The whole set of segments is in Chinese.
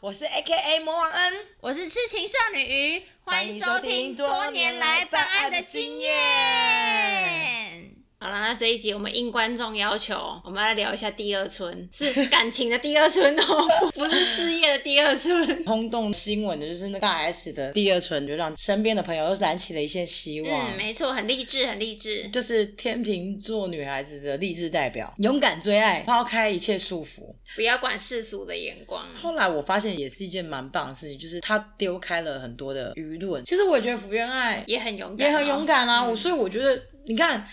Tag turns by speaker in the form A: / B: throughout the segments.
A: 我是 A K A 魔王恩，
B: 我是痴情少女鱼，欢迎收听
A: 多
B: 多
A: 年
B: 年
A: 来
B: 来
A: 办
B: 办
A: 案
B: 案
A: 的
B: 的
A: 经
B: 经
A: 验
B: 验。好了，那这一集我们应观众要求，我们来聊一下第二春，是感情的第二春哦， 不是事业的第二春。
A: 轰动新闻的就是那大 S 的第二春，就让身边的朋友又燃起了一线 希望。
B: 嗯，没错，很励志，很励志。
A: 就是天秤座女孩子的励志代表，勇敢追爱，抛开一切束缚。
B: 不要管世俗的眼光。
A: 后来我发现也是一件蛮棒的事情，就是她丢开了很多的舆论。其实我也觉得福原爱
B: 也很勇敢、
A: 也很勇。敢啊，
B: 嗯
A: 我所以我觉得你看。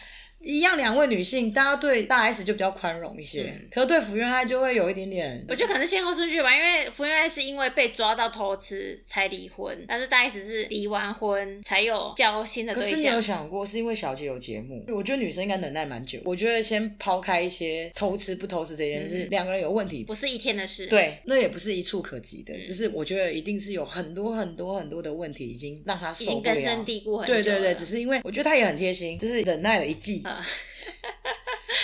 A: 一样，两位女性，大家对大 S 就比较宽容一些，
B: 嗯
A: 可是对福原爱就会有一点点
B: 我觉得可能先后顺序吧，因为福原爱是因为被抓到偷吃才离婚，但是大 S 是离完婚才有交新的
A: 可
B: 对
A: 是你有
B: 象。
A: 想过，是因为小姐有节目？我觉得女生应该忍耐蛮久。我觉得先抛开一些偷吃不偷吃这件事，
B: 嗯
A: 两、个人有问题，
B: 不是一天的事，，
A: 对，那也不是一触可及的。
B: 嗯
A: 就是我觉得一定是有很多很多很多的问题已经让她
B: 已
A: 受
B: 经
A: 不了。
B: 根深蒂固很久了。
A: 对
B: 嗯
A: 对对，只是因为我觉得她也很贴心，就是忍耐了一季。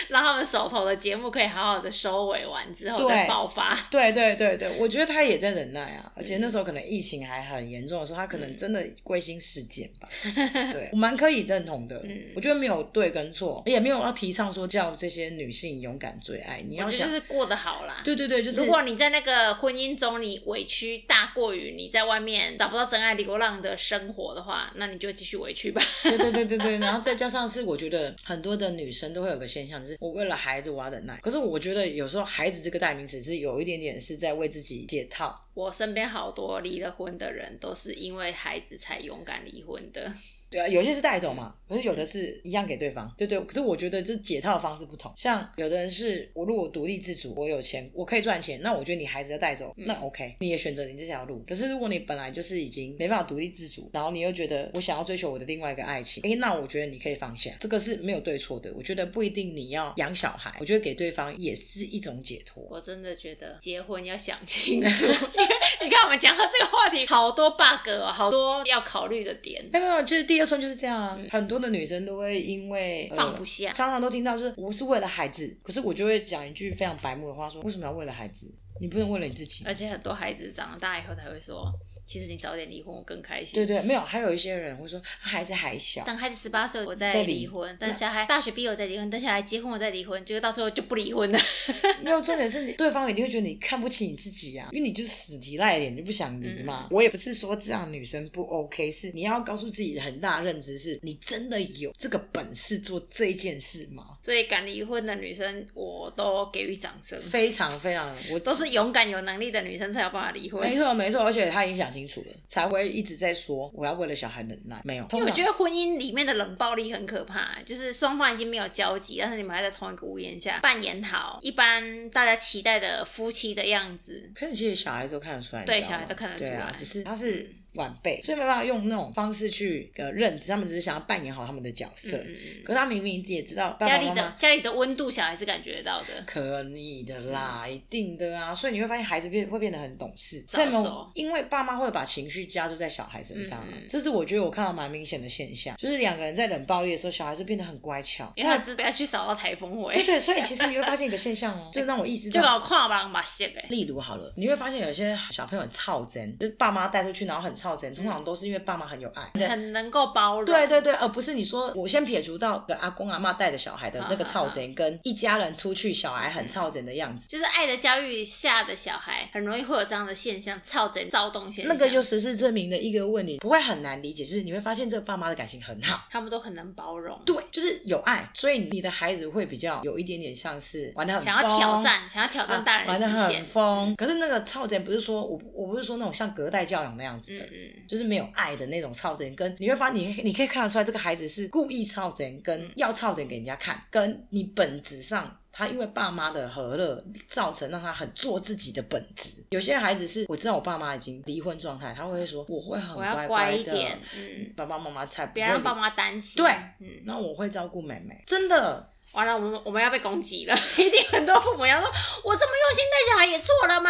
B: 让他们手头的节目可以好好的收尾完之后
A: 对
B: 再爆发。
A: 对对对对，我觉得她也在忍耐
B: 嗯
A: 啊，而且那时候可能疫情还很严重的时候，她可能真的归心似箭吧。 对，我蛮可以认同的。
B: 嗯
A: 我觉得没有对跟错，也没有要提倡说叫这些女性勇敢追爱。你要
B: 我觉
A: 想
B: 得就，是过得好啦。
A: 对对对，就是
B: 如果你在那个婚姻中，你委屈大过于你在外面找不到真爱流浪的生活的话，那你就继续委屈吧。
A: 对对对对对，然后再加上是，我觉得很多的女生都会有个现象，就是我为了孩子我要忍耐。可是我觉得有时候孩子这个代名词是有一点点是在为自己解套。
B: 我身边好多离了婚的人，都是因为孩子才勇敢离婚的。
A: 对啊，有些是带走嘛，可是有的是一样给对方。对对，可是我觉得这解套的方式不同。像有的人是我如果独立自主，我有钱，我可以赚钱，那我觉得你孩子要带走，那 OK，你也选择你这条路。可是如果你本来就是已经没办法独立自主，然后你又觉得我想要追求我的另外一个爱情，诶，那我觉得你可以放下，这个是没有对错的。我觉得不一定你要养小孩，我觉得给对方也是一种解脱。
B: 我真的觉得结婚要想清 楚，因为你看我们讲到这个话题，好多 bug，、哦、好多要考虑的点。
A: 没有没有，就是第二春就是这样啊，
B: 嗯
A: 很多的女生都会因为、呃
B: 放不下
A: 常常都听到就是我是为了孩子，可是我就会讲一句非常白目的话说，为什么要为了孩子？你不能为了你自己。
B: 而且很多孩子长大以后才会说，其实你早点离婚我更开心。
A: 对对，没有，还有一些人会说孩子还小，
B: 等孩子十八岁，我再
A: 再离
B: 离婚；等小孩大学毕业，我再离婚；等小孩结婚，我再离婚。结果到时候就不离婚了。
A: 没有重点是你对方一定会觉得你看不起你自己啊，因为你就是死皮赖脸，你就不想离嘛。
B: 嗯
A: 我也不是说这样女生不 OK，是你要告诉自己很大的认知是，你真的有这个本事做这件事吗？
B: 所以敢离婚的女生，我都给予掌声。
A: 非常非常，我
B: 嗯都是勇敢有能力的女生才有办法离婚。
A: 没错没错，而且他已经想清楚了，才会一直在说我要为了小孩忍耐。没有，
B: 因为我觉
A: 得
B: 得婚姻里面的冷暴力很可怕，就是双方已经没有交集，但是你们还在同一个屋檐下扮演好一般大家期待的夫妻的样子。
A: 可是其实小孩都看得出来，你
B: 对
A: 知道吗
B: 小孩都看得出
A: 对啊
B: 来
A: 只是他是晚辈，所以没办法用那种方式去呃认知，他们只是想要扮演好他们的角色。
B: 嗯嗯
A: 可是他明明也知道
B: 嗯，
A: 爸
B: 家
A: 爸
B: 里
A: 妈
B: 的
A: 妈。
B: 家里的温度，小孩是感觉得到的。
A: 可以的啦，一定的啊，所以你会发现孩子变会变得很懂事，
B: 早熟
A: 在某因为爸妈会把情绪加注在小孩身上啊，
B: 嗯嗯
A: 这是我觉得我看到蛮明显的现象，就是两个人在冷暴力的时候，小孩就变得很乖巧，
B: 因为他知不要去扫到台风
A: 对
B: 尾，
A: 对，所以其实你会发现一个现象哦，就让我意识
B: 就
A: 到。
B: 老跨把把线哎。
A: 例如好了，你会发现有些小朋友很操真，就是爸妈带出去，然后很操真，
B: 嗯
A: 通常都是因为爸妈很有爱。对
B: 很能够包容，
A: 对对对，
B: 呃
A: 而不是你说我先撇除到的阿公阿妈带着小孩的
B: 嗯
A: 那个操真，跟一家人出去小孩很操真的样子，
B: 就是爱的教育下的小孩，很容易会有这样的现象，操整躁动现
A: 那
B: 象。
A: 个就是实事证明的一个问题，不会很难理解，就是你会发现这个爸妈的感情很好。
B: 他们都很能包容，
A: 对，就是有爱，所以你的孩子会比较有一点点像是玩的很
B: 想要挑
A: 疯
B: 战，想要挑战大
A: 啊
B: 人嗯
A: 玩
B: 的
A: 的
B: 极
A: 很
B: 限。
A: 疯。可是那个超前不是说我我不是说那种像隔代教养那样子
B: 嗯
A: 的。
B: 嗯，
A: 就是没有爱的那种超前，跟你会发现你你可以看得出来，这个孩子是故意超前，跟
B: 嗯
A: 要超前给人家看，跟你本质上他因为爸妈的和乐，造成让他很做自己的本质。有些孩子是我知道我爸妈已经离婚状态，他会说我会很
B: 嗯我要
A: 乖
B: 一
A: 的，
B: 点，嗯，
A: 爸爸妈妈才不
B: 不
A: 会
B: 要让爸
A: 离，
B: 妈担心。
A: 对
B: 嗯，
A: 然后我会照顾妹妹，真的
B: 完了，我们 我们要被攻击了，一定很多父母要说，我这么用心带小孩也错了吗？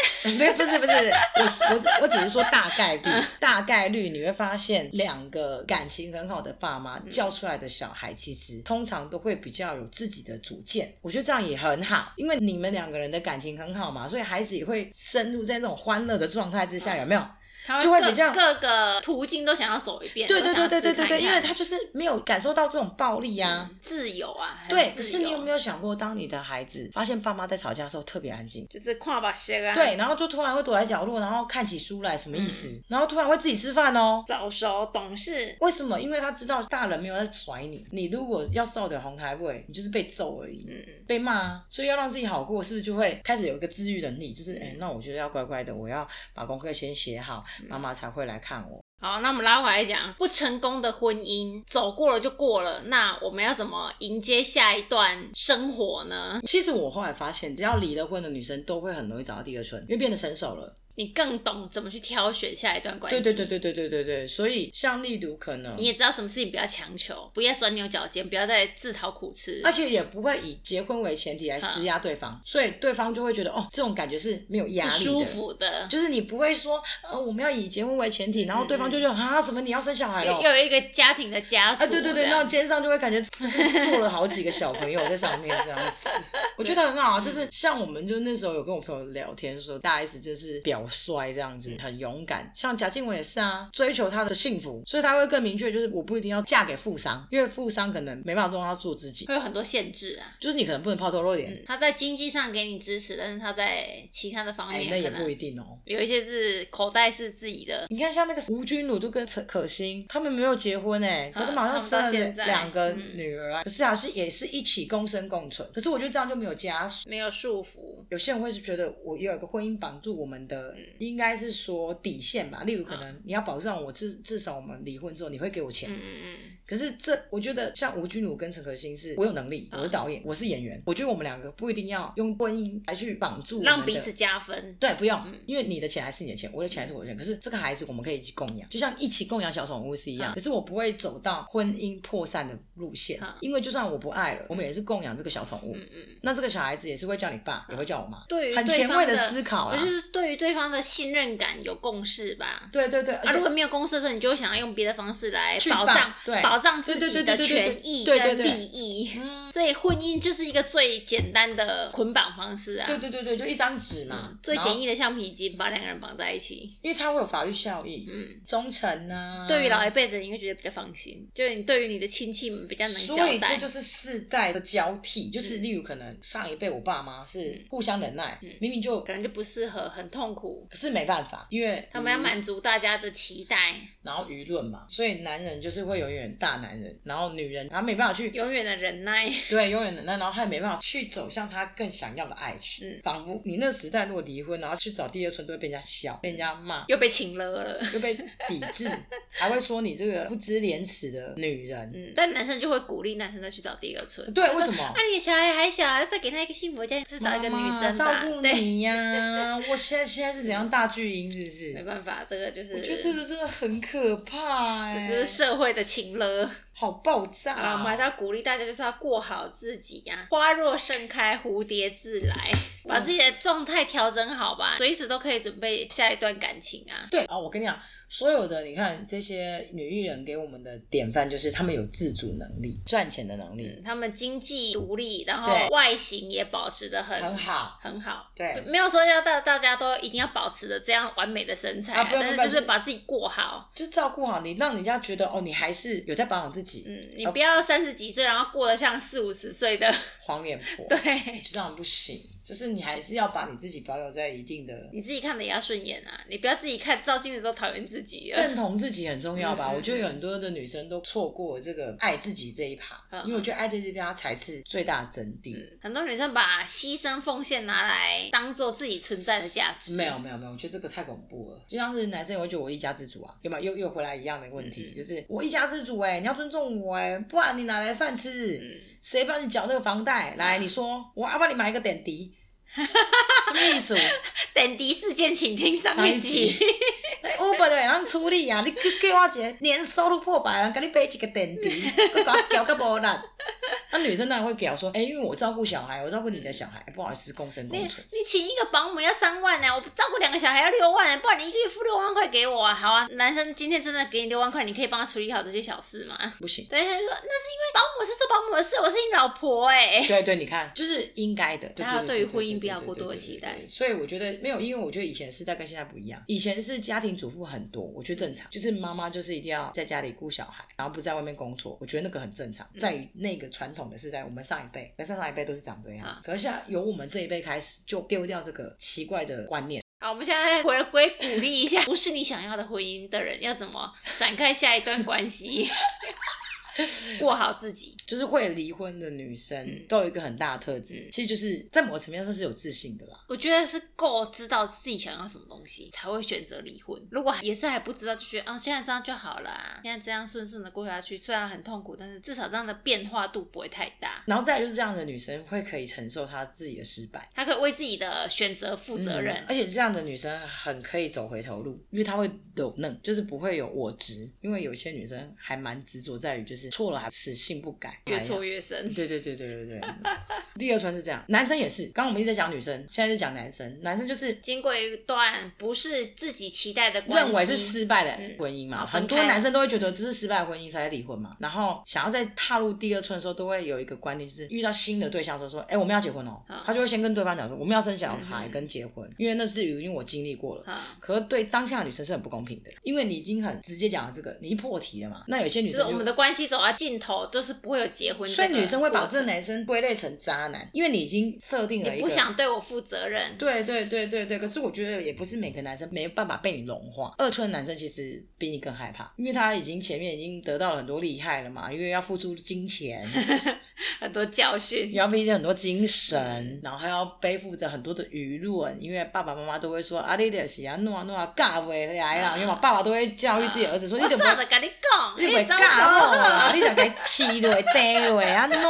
A: 没有，不是不是，我是我我只是说大概率，
B: 嗯
A: 大概率你会发现两个感情很好的爸妈
B: 嗯
A: 教出来的小孩，其实通常都会比较有自己的主见。我觉得这样也很好，因为你们两个人的感情很好嘛，所以孩子也会深入在这种欢乐的状态之下，
B: 嗯
A: 有没有？
B: 他
A: 就会
B: 各
A: 比较
B: 各个途径都想要走一遍，
A: 对
B: 都
A: 对
B: 想
A: 对
B: 要
A: 对对
B: 试
A: 对
B: 看
A: 对，因为
B: 看
A: 他就是没有感受到这种暴力啊。
B: 嗯自由啊，很
A: 对，
B: 自
A: 可是你
B: 由
A: 有没有想过，当你的孩子发现爸妈在吵架的时候特别安静，
B: 就是跨把鞋啊？，
A: 对，然后就突然会躲在角落，然后看起书来，什么意思？
B: 嗯
A: 然后突然会自己吃饭哦。
B: 早熟懂事，
A: 为什么？因为他知道大人没有在甩你，你如果要受的红台位，你就是被揍而已，
B: 嗯，
A: 被骂啊。所以要让自己好过，是不是就会开始有一个自愈能力？就是，哎、那我觉得要乖乖的，我要把功课先写好，
B: 嗯
A: 妈妈才会来看我。
B: 好，那我们拉回来讲，不成功的婚姻走过了就过了，那我们要怎么迎接下一段生活呢？
A: 其实我后来发现，只要离了婚的女生，都会很容易找到第二春，因为变得成熟了。
B: 你更懂怎么去挑选下一段关
A: 对
B: 系，
A: 对对。对对对对对。所以，像例如可能
B: 你也知道什么事情不要强求，不要钻牛角尖，不要再自讨苦吃。
A: 而且也不会以结婚为前提
B: 嗯
A: 来施压对方，所以对方就会觉得哦，这种感觉是没有压
B: 不
A: 力的，
B: 舒服的，
A: 就是你不会说呃我们要以结婚为前提，然后对方就觉得啊什么你要生小孩了哦
B: 又，嗯又有一个家庭的枷锁。
A: 啊对对对，
B: 这
A: 那
B: 样
A: 肩上就会感觉就是坐了好几个小朋友在上面这样子，我觉得很好啊，
B: 嗯
A: 就是像我们就那时候有跟我朋友聊天说，大 S 就是表率这样
B: 嗯
A: 子，很勇敢，像贾静雯也是啊，追求她的幸福，所以她会更明确，就是我不一定要嫁给富商，因为富商可能没办法让她做自己。
B: 会有很多限制啊。
A: 就是你可能不能抛头露脸，
B: 嗯，他在经济上给你支持，但是他在其他的方
A: 哎、
B: 面
A: 那也
B: 可
A: 不
B: 能
A: 一定哦。
B: 有一些是口袋是自己的，
A: 你看，像那个吴君如就跟可可心，他们没有结婚哎、可是
B: 嗯
A: 马上
B: 他们到
A: 生
B: 现
A: 了
B: 在
A: 两个
B: 嗯
A: 女儿啊，可是好像也是一起共生共存。可是我觉得这样就没有家属。
B: 没有束缚。
A: 有些人会是觉得我有一个婚姻绑住我们的，应该是说底线吧。例如，可能你要保障我嗯至至少我们离婚之后你会给我钱。
B: 嗯嗯
A: 可是这我觉得像吴君如跟陈可辛是，我有能力，我是导演，我是演员，我觉得我们两个不一定要用婚姻来去绑住我
B: 嗯，
A: 们
B: 让彼
A: 的
B: 此加分。
A: 对，不用
B: 嗯，
A: 因为你的钱还是你的钱，我的钱还是我的钱。可是这个孩子我们可以一起供养，就像一起供养小宠物是一样。
B: 嗯
A: 可是我不会走到婚姻破散的路线
B: 嗯，
A: 因为就算我不爱了，我们也是供养这个小宠物。
B: 嗯嗯，
A: 那这个小孩子也是会叫你爸，也会叫我妈，
B: 对于
A: 很
B: 对
A: 前
B: 方
A: 卫
B: 的
A: 思考啊
B: 我
A: 啦
B: 就。是对于对方的信任感有共识吧。
A: 对对对，而
B: 啊，如
A: 且
B: 果没有共识的时候，你就会想要用别的方式来
A: 去
B: 保
A: 绑
B: 障
A: 对
B: 保障
A: 对
B: 自
A: 对
B: 己
A: 对
B: 的
A: 对对对
B: 权益
A: 对对
B: 跟
A: 对嗯
B: 利益。所以婚姻就是一个最简单的捆绑方式啊。
A: 对对对对，就一张纸嘛，
B: 嗯最
A: 然后
B: 简易的橡皮筋把两个人绑在一起。
A: 因为它会有法律效益，
B: 嗯，
A: 忠诚啊呐。
B: 对于老一辈的人，你会觉得比较放心，就是你对于你的亲戚们比较能交
A: 所以这
B: 代。嗯
A: 就是世代的交替，就是例如可能上一辈我爸妈是互相忍耐，明明就
B: 可能就不适合，很痛苦。
A: 可是没办法，因为
B: 他们要
A: 嗯
B: 满足大家的期待，
A: 然后舆论嘛，所以男人就是会永远大男人，然后女人，然后没办法去
B: 永远的忍耐。
A: 对永远的那，然后他也没办法去走向他更想要的爱情，
B: 嗯
A: 仿佛你那时代如果离婚，然后去找第二春，都会被人家笑，
B: 嗯
A: 被人家骂。
B: 又被请了了。
A: 又被抵制， 还会说你这个不知廉耻的女人。
B: 嗯，但男生就会鼓励男生再去找第二春。
A: 对，为什么
B: 啊，？你的小孩还小，啊再给他一个幸福的家，再找一个女
A: 妈妈
B: 生
A: 照
B: 吧。
A: 顾
B: 对，
A: 你呀、我现在现在是怎样大巨婴是不是
B: 没？办法，这个就是，
A: 我觉得这个真的很可怕哎、
B: 这就是社会的情了。
A: 好爆炸、啊
B: 好了，我们还是要鼓励大家，就是要过好自己呀、花若盛开，蝴蝶自来，把自己的状态调整好吧，随时都可以准备下一段感情啊。
A: 对啊、我跟你讲，所有的你看这些女艺人给我们的典范，就是她们有自主能力、赚钱的能力
B: 嗯，，他们经济独立，然后
A: 对
B: 外形也保持的很
A: 很好。
B: 很好。
A: 对
B: 没有说要大大家都一定要保持着这样完美的身材、
A: 啊不用
B: 但是
A: 不用
B: 就是把自己过好。
A: 就照顾好你，让人家觉得哦，你还是有在保养自己，
B: 嗯，你不要三十几岁，然后过得像四五十岁的，
A: 黄脸婆，
B: 对，
A: 就这样不行。就是你还是要把你自己保有在一定的，
B: 你自己看的也要顺眼啊，你不要自己看照镜子都讨厌自己了。
A: 认同自己很重要吧？
B: 嗯嗯
A: 我觉得有很多的女生都错过这个爱自己这一趴，
B: 嗯
A: 因为我觉得爱自己这一趴才是最大的真谛。
B: 嗯很多女生把牺牲奉献拿来当做自己存在的价值，
A: 没有没有没有，我觉得这个太恐怖了。就像是男生也会觉得我一家之主啊，有没有？又又回来一样的问题，
B: 嗯
A: 就是我一家之主哎、你要尊重我哎、不然你哪来饭
B: 嗯
A: 吃？谁帮你缴那个房贷？来，你说我要啊帮你买一个点滴，什么意思？
B: 等敌事件，请听上
A: 上
B: 一
A: 一集
B: 集。，
A: 哎，Uber 的人处理啊，你去给我一个年收入破百，人给你买一个点滴，佮我屌个无力。那女生当然会屌说，哎、因哎为我照顾小孩，我照顾你的小孩，不好意思，共生
B: 你
A: 共存。
B: 你请一个保姆要三万呢、我照顾两小孩要六万，不然你一个月付六万块给我啊，好啊，男生今天真的给你六万块，你可以帮他处理好这些小事吗？
A: 不行。
B: 对，他就说那是因为保姆是做保姆的事，我是你老婆哎、
A: 对对，你看，就是应该的。
B: 大家
A: 对
B: 对于婚姻不要过多的期待
A: 对对对对对所以我觉得没有，因为我觉得以前时代跟现在不一样。以前是家庭主妇很多，我觉得正常，就是妈妈就是一定要在家里顾小孩，然后不在外面工作，我觉得那个很正常。在
B: 嗯
A: 于那个传统的时代，我们上一辈、跟上上一辈都是长这样，
B: 啊
A: 可是现在由我们这一辈开始就丢掉这个奇怪的观念。
B: 好，我们现在回归鼓励一下，不是你想要的婚姻的人要怎么展开下一段关系， 过好自己。
A: 就是会离婚的女生
B: 嗯
A: 都有一个很大的特质，
B: 嗯
A: 其实就是在某个层面上是有自信的啦。
B: 我觉得是够知道自己想要什么东西，才会选择离婚。如果也是还不知道，就觉得啊，现在这样就好啦，现在这样顺顺的过下去，虽然很痛苦，但是至少这样的变化度不会太大。
A: 然后再来就是这样的女生会可以承受她自己的失败。
B: 她可以为自己的选择负责任
A: 嗯。而且这样的女生很可以走回头路，因为她会柔嫩，就是不会有我执。因为有些女生还蛮执着在于，就是错了还死性不改，
B: 越
A: 哎
B: 挫
A: 呀。
B: 越深，
A: 对对对对对对，第二圈是这样，男生也是。刚刚我们一直在讲女生，现在是讲男生，男生就是
B: 经过一段不是自己期待的关系，
A: 认为是失败的
B: 嗯
A: 婚姻嘛，
B: 啊
A: 很
B: 分开
A: 多男生都会觉得这是失败的婚姻才离婚嘛，然后想要在踏入第二春的时候，都会有一个观念，就是遇到新的对象的时候，说，哎、我们要结婚哦、
B: 啊
A: 他就会先跟对方讲说，我们要生小孩
B: 嗯哼
A: 跟结婚，因为那是已经我经历过了。
B: 啊，
A: 可是对当下的女生是很不公平的，因为你已经很直接讲了这个，你一破题了嘛。那有些女
B: 就是
A: 生
B: 我
A: 就
B: 们的关系走到尽头，就是不会有结婚。
A: 所以女生会把
B: 这
A: 这
B: 个过
A: 男生归类成渣男，因为你已经设定
B: 程
A: 了一
B: 你
A: 个
B: 不。想对我负责任，
A: 对对对对对，可是我觉得也不是每个男生没有办法被你融化。二春的男生其实比你更害怕，因为他已经前面已经得到了很多厉害了嘛，因为要付出 金钱，
B: 很多教训
A: 你。要背着很多精神，然后还要背负着很多的舆论，因为爸爸妈妈都会说啊，你就是啊弄啊弄啊，尬回来啦，
B: 啊
A: 因为嘛爸爸都会教育自己的儿子说，
B: 我
A: 你就
B: 早
A: 不要
B: 就跟你讲，
A: 你
B: 你
A: 袂
B: 早
A: 教
B: 就
A: 我啊！你就给气落、跌落、安怎的？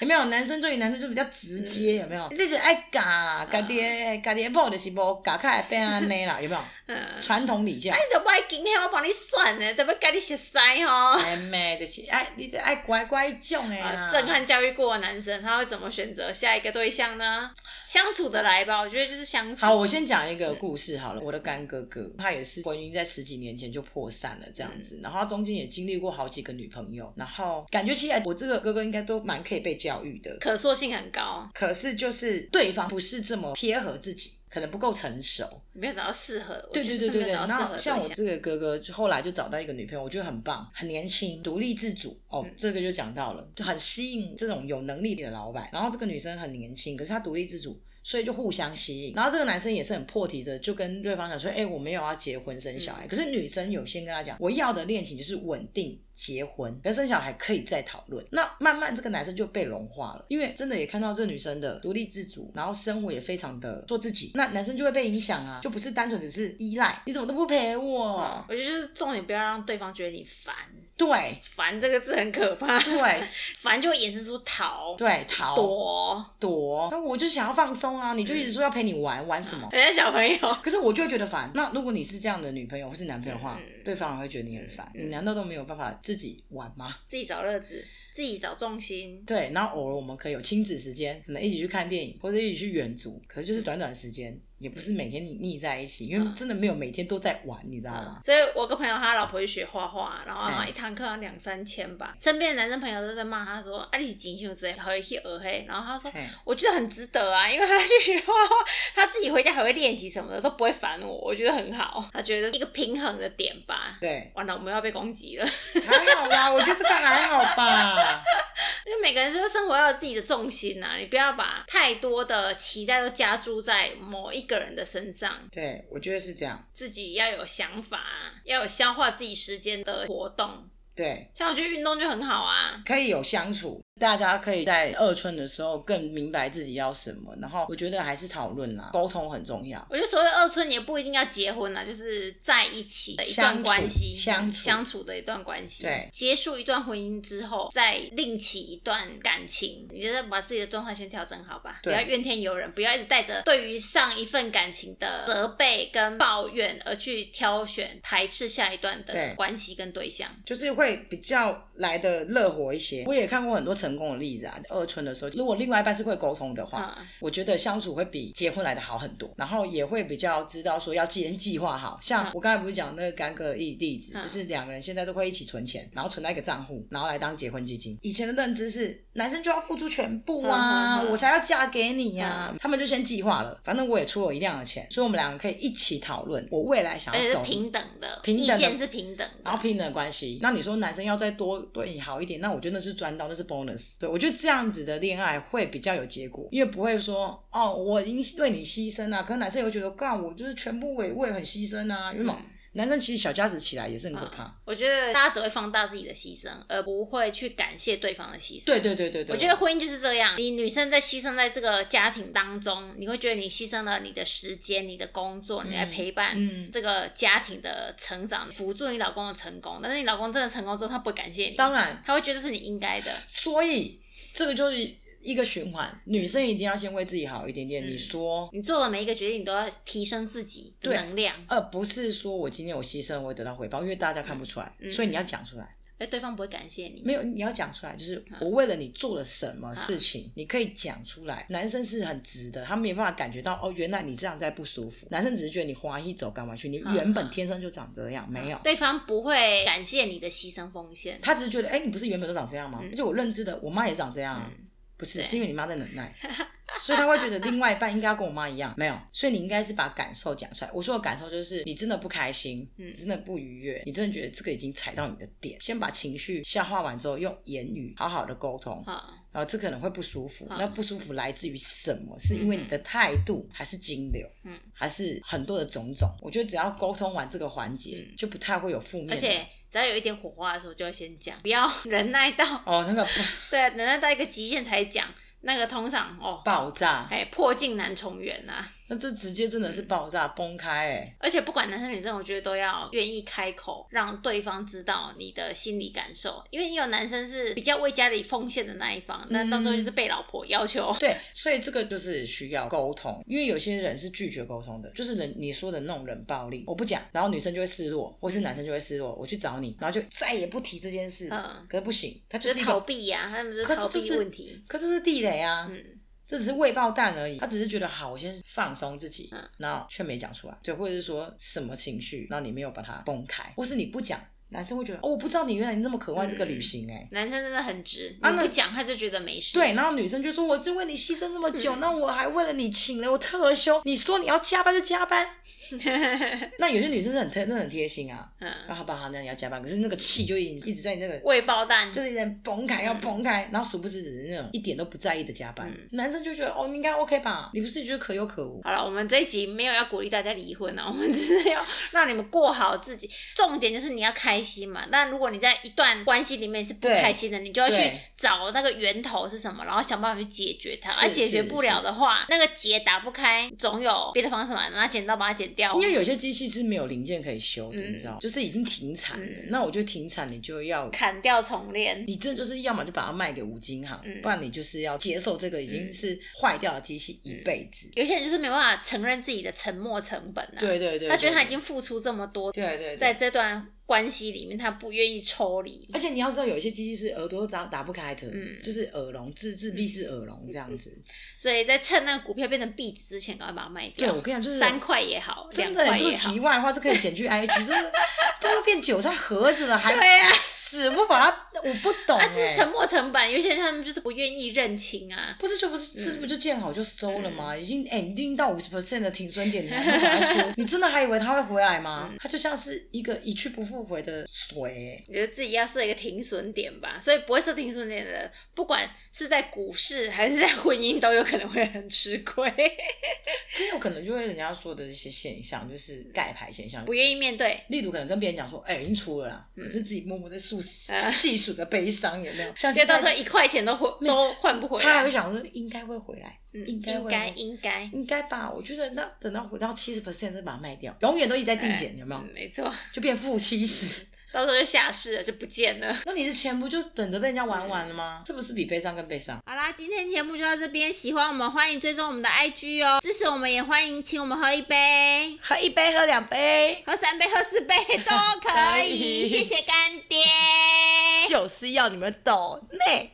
A: 有没有男生对于男生就比较直接？有没 有？你就是爱教啦，家己的家己的某就是无教，较会变安尼啦，有没有？
B: 嗯
A: 传统礼教
B: 啊，，你都不爱今天我帮你算呢，都要跟你熟识吼。
A: 哎妹就是爱，你就爱乖乖种的啦
B: 啊，。震撼教育过的男生，他会怎么选择下一个对象呢？相处的来吧，我觉得就是相处。
A: 好，我先讲一个故事好了。我的干哥哥，他也是婚姻在十几年前就破散了这样子，然后他中间也经历过好几个女朋友，然后感觉起来我这个哥哥应该都蛮可以被教育的，
B: 可塑性很高，
A: 可是就是对方不是这么贴合自己，可能不够成熟。
B: 没有找到适合。我
A: 对
B: 觉
A: 对
B: 得
A: 对
B: 是没有
A: 对对。
B: 找
A: 然
B: 到适合
A: 后
B: 的
A: 像我
B: 对象
A: 这个哥哥，就后来就找到一个女朋友，我觉得很棒，很年轻，独立自主。哦，
B: 嗯
A: 这个就讲到了，就很吸引这种有能力的老板。然后这个女生很年轻，可是她独立自主。所以就互相吸引，然后这个男生也是很破题的，就跟对方讲说：“哎、我没有要结婚生小孩。可是女生有先跟他讲，我要的恋情就是稳定结婚，可是生小孩可以再讨论。那慢慢这个男生就被融化了，因为真的也看到这女生的独立自主，然后生活也非常的做自己，那男生就会被影响啊，就不是单纯只是依赖，你怎么都不陪我
B: 嗯？我觉得就是重点，不要让对方觉得你烦。
A: 对
B: 烦这个字很可怕，
A: 对
B: 烦就会衍生出逃、
A: 对，逃
B: 躲，
A: 躲，那我就想要放松啊，你就一直说要陪你玩，玩什么？
B: 人家小朋友。
A: 可是我就会觉得烦。那如果你是这样的女朋友或是男朋友的话，
B: 嗯
A: 对方也会觉得你很烦。
B: 嗯
A: 你难道都没有办法自己玩吗？
B: 自己找乐子，自己找重心。
A: 对，然后偶尔我们可以有亲子时间，可能一起去看电影或者一起去远足，可是就是短短时间，也不是每天你腻在一起，因为
B: 嗯
A: 真的没有每天都在玩，你知道
B: 啊
A: 吗？
B: 所以我个朋友他老婆去学画画，然后好像
A: 嗯
B: 一堂课要两三千吧。身边的男生朋友都在骂他说：“啊，你金秀之类，还会去学黑。”然后他说
A: 嘿，：“
B: 我觉得很值得啊，因为他去学画画， 他自己回家还会练习什么的，都不会烦我，我觉得很好。他觉得一个平衡的点吧。”
A: 对，
B: 完了，我们要被攻击了。
A: 还好啦，我觉得这个还好吧。
B: 因为每个人说生活要有自己的重心呐、啊，你不要把太多的期待都加注在某一个人的身上。
A: 对，我觉得是这样。
B: 自己要有想法，啊要有消化自己时间的活动。
A: 对，
B: 像我觉得运动就很好啊，
A: 可以有相处，大家可以在二春的时候更明白自己要什么。然后我觉得还是讨论啦，沟通很重要。
B: 我觉得所谓二春也不一定要结婚啊，就是在一起的一
A: 相
B: 段
A: 处
B: 关系，
A: 相处
B: 相处的一段关系。
A: 对
B: 结束一段婚姻之后，再另起一段感情，你就是把自己的状态先调整好吧，不
A: 对
B: 要怨天尤人，不要一直带着对于上一份感情的责备跟抱怨而去挑选排斥下一段
A: 对
B: 的关系跟对象。
A: 就是会比较来的热火一些。我也看过很多成成功的例子啊。二春的时候，如果另外一半是会沟通的话，
B: 嗯，
A: 我觉得相处会比结婚来的好很多，然后也会比较知道说要先计划好。像
B: 嗯
A: 我刚才不是讲那个干哥例例子，
B: 嗯
A: 就是两个人现在都会一起存钱，然后存到一个账户，然后来当结婚基金。以前的认知是男生就要付出全部啊，
B: 嗯嗯嗯
A: 我才要嫁给你呀、他们就先计划了。反正我也出了一样的钱，所以我们两个可以一起讨论我未来想
B: 而且
A: 要
B: 是
A: 走。
B: 平等的，
A: 平等的
B: 意见是平等的，
A: 然后平等的关系，那你说男生要再多对你好一点，那我觉得那是赚到，那是 bonus。对我觉得这样子的恋爱会比较有结果，因为不会说哦，我已经为你牺牲啊，可是男生又觉得，干我就是全部为为很牺牲啊，因为嘛
B: 嗯啊
A: 男生其实小家子起来也是很可怕。
B: 我觉得大家只会放大自己的牺牲，而不会去感谢对方的牺牲。
A: 对对对对对，
B: 啊我觉得婚姻就是这样，你女生在牺牲在这个家庭当中，你会觉得你牺牲了你的时间、你的工作，你来陪伴
A: 嗯，
B: 这个家庭的成长，辅助你老公的成功。但是你老公真的成功之后，他不会感谢你，
A: 当然，
B: 他会觉得是你应该的。
A: 所以这个就是一个循环，女生一定要先为自己好一点点。
B: 嗯
A: 你说
B: 你做的每一个决定，你都要提升自己的
A: 对
B: 能量，
A: 呃，不是说我今天我牺牲我会得到回报，因为大家看不出来，
B: 嗯
A: 所以你要讲出来。
B: 而哎对方不会感谢你。
A: 没有，你要讲出来，就是
B: 啊
A: 我为了你做了什么事情，
B: 嗯
A: 你可以讲出来。男生是很直的，他没办法感觉到哦，原来你这样在不舒服。男生只是觉得你花一走干嘛去，你
B: 啊
A: 原本天生就长这样，没有。
B: 对方不会感谢你的牺牲奉献。
A: 他只是觉得，哎、你不是原本都长这样吗？
B: 嗯
A: 就我认知的，我妈也长这样啊，
B: 嗯
A: 不是，
B: 对
A: 是因为你妈在忍 耐，所以他会觉得另外一半应该要跟我妈一样，没有，所以你应该是把感受讲出来。我说的感受就是，你真的不开心，
B: 嗯
A: 你真的不愉悦，你真的觉得这个已经踩到你的点，先把情绪消化完之后，用言语好好的沟通，
B: 啊，
A: 然后这可能会不舒服。
B: 嗯
A: 那不舒服来自于什么？是因为你的态度，还是金流，
B: 嗯
A: 还是很多的种种？我觉得只要沟通完这个环节，
B: 嗯
A: 就不太会有负面的。
B: 而且只要有一点火花的时候，就要先讲，不要 忍耐到
A: 哦，那个
B: 对，啊忍耐到一个极限才讲，那个通常哦，
A: 爆炸，
B: 哎，破镜难重圆呐、啊。
A: 那这直接真的是爆炸崩开哎、
B: 而且不管男生女生，我觉得都要愿意开口，让对方知道你的心理感受，因为也有男生是比较为家里奉献的那一方，那
A: 嗯
B: 到时候就是被老婆要求。
A: 对，所以这个就是需要沟通，因为有些人是拒绝沟通的，就是人你说的那种冷暴力，我不讲，然后女生就会失落，或是男生就会失落，我去找你，然后就再也不提这件事。
B: 嗯
A: 可是不行，他
B: 就
A: 就是
B: 是
A: 一
B: 逃
A: 个，
B: 避呀、他们就是
A: 可是
B: 逃
A: 就
B: 避
A: 是
B: 问题。
A: 可是这是地雷啊。
B: 嗯，
A: 这只是未爆弹而已，他只是觉得好，我先放松自己
B: 嗯，
A: 然后却没讲出来，对，或者是说什么情绪，然后你没有把它崩开，或是你不讲，男生会觉得哦，我不知道你原来你那么渴望这个旅行哎、
B: 男生真的很直，
A: 啊
B: 你
A: 那
B: 不讲他就觉得没事。
A: 对，然后女生就说：“我就为你牺牲这么久，
B: 嗯
A: 那我还为了你请了我特休，你说你要加班就加班。
B: 嗯，”
A: 那有些女生是很贴，真的很贴心啊。啊，好吧，好，那你要加班，可是那个气就一一直在那个，
B: 未爆弹
A: 就是一直在崩开，要崩开，然后殊不知只是那种一点都不在意的加班。
B: 嗯
A: 男生就觉得哦，你应该 OK 吧？你不是觉得可有可无？
B: 好了，我们这一集没有要鼓励大家离婚啊，我们只是要让你们过好自己。重点就是你要开心嘛。那如果你在一段关系里面是不
A: 对
B: 开心的，你就要去
A: 对
B: 找那个源头是什么，然后想办法去解决它。
A: 是
B: 而解决
A: 是
B: 不了的话，那个结打不开，总有别的方式嘛，拿剪刀把它剪掉。
A: 因为有些机器是没有零件可以修的，
B: 哦嗯
A: 你知道吗，就是已经停产了。
B: 嗯
A: 那我觉得停产，你就要
B: 砍掉重练，
A: 你这就是要么就把它卖给五金行，
B: 嗯
A: 不然你就是要接受这个已经是坏掉的机器一辈子。
B: 有些人就是没办法承认自己的沉没成本啊。
A: 对对对，
B: 他觉得他已
A: 对
B: 经付出这么多，
A: 对对对
B: 在这段关系里面，他不愿意抽离。
A: 而且你要知道，有一些机器是耳朵打打不开的，
B: 嗯
A: 就是耳聋，自自闭式耳聋这样子。
B: 所以在趁那个股票变成币值之前，赶快把它卖
A: 对，
B: 掉。
A: 我跟你讲，就是
B: 三块也好，
A: 真
B: 两
A: 的，
B: 块
A: 这个
B: 也好
A: 题，外话，这可以剪去 IG，真的 都要变韭菜盒子了，还
B: 对呀、
A: 死不把它，我不 懂
B: 啊，就是
A: 哎、
B: 沉没成本，有些人他们就是不愿意认清啊。
A: 不是就不是，这不就见好就收了吗？
B: 嗯
A: 已经哎、你已经到五十 percent 的停损点，你还不赶快出？你真的还以为他会回来
B: 嗯
A: 吗？他就像是一个一去不复回的水、哎
B: 我觉得自己要设一个停损点吧，所以不会设停损点的人，不管是在股市还是在婚姻，都有可能会很吃亏，
A: 这有可能就会人家说的一些现象，就是盖牌现象，
B: 不愿意面对。
A: 例如可能跟别人讲说，哎、已经出了啦，可
B: 嗯
A: 是自己默默在诉细
B: 啊
A: 细数着悲伤，有没有？像
B: 就
A: 现
B: 到时候
A: 在
B: 一块钱都回
A: 没有
B: 都换不回
A: 他还会
B: 来，
A: 想说，应该会回来，
B: 嗯
A: 应
B: 应
A: 该会
B: 该应该，
A: 应该吧？我觉得那等到回到七十 percent 再把它卖掉，永远都一直在递减，有没有
B: 嗯？没错，
A: 就变负七十。
B: 到时候就下市了，就不见了。
A: 那你的钱不就等着被人家玩完了吗？这不是比悲伤更悲伤？
C: 好啦，今天节目就到这边，喜欢我们欢迎追踪我们的 IG 哦，支持我们也欢迎请我们喝一杯、
A: 喝一杯，喝两杯，
C: 喝三杯、喝四杯都可
A: 可以
C: 以，谢谢干爹。
A: 就是要你们懂内。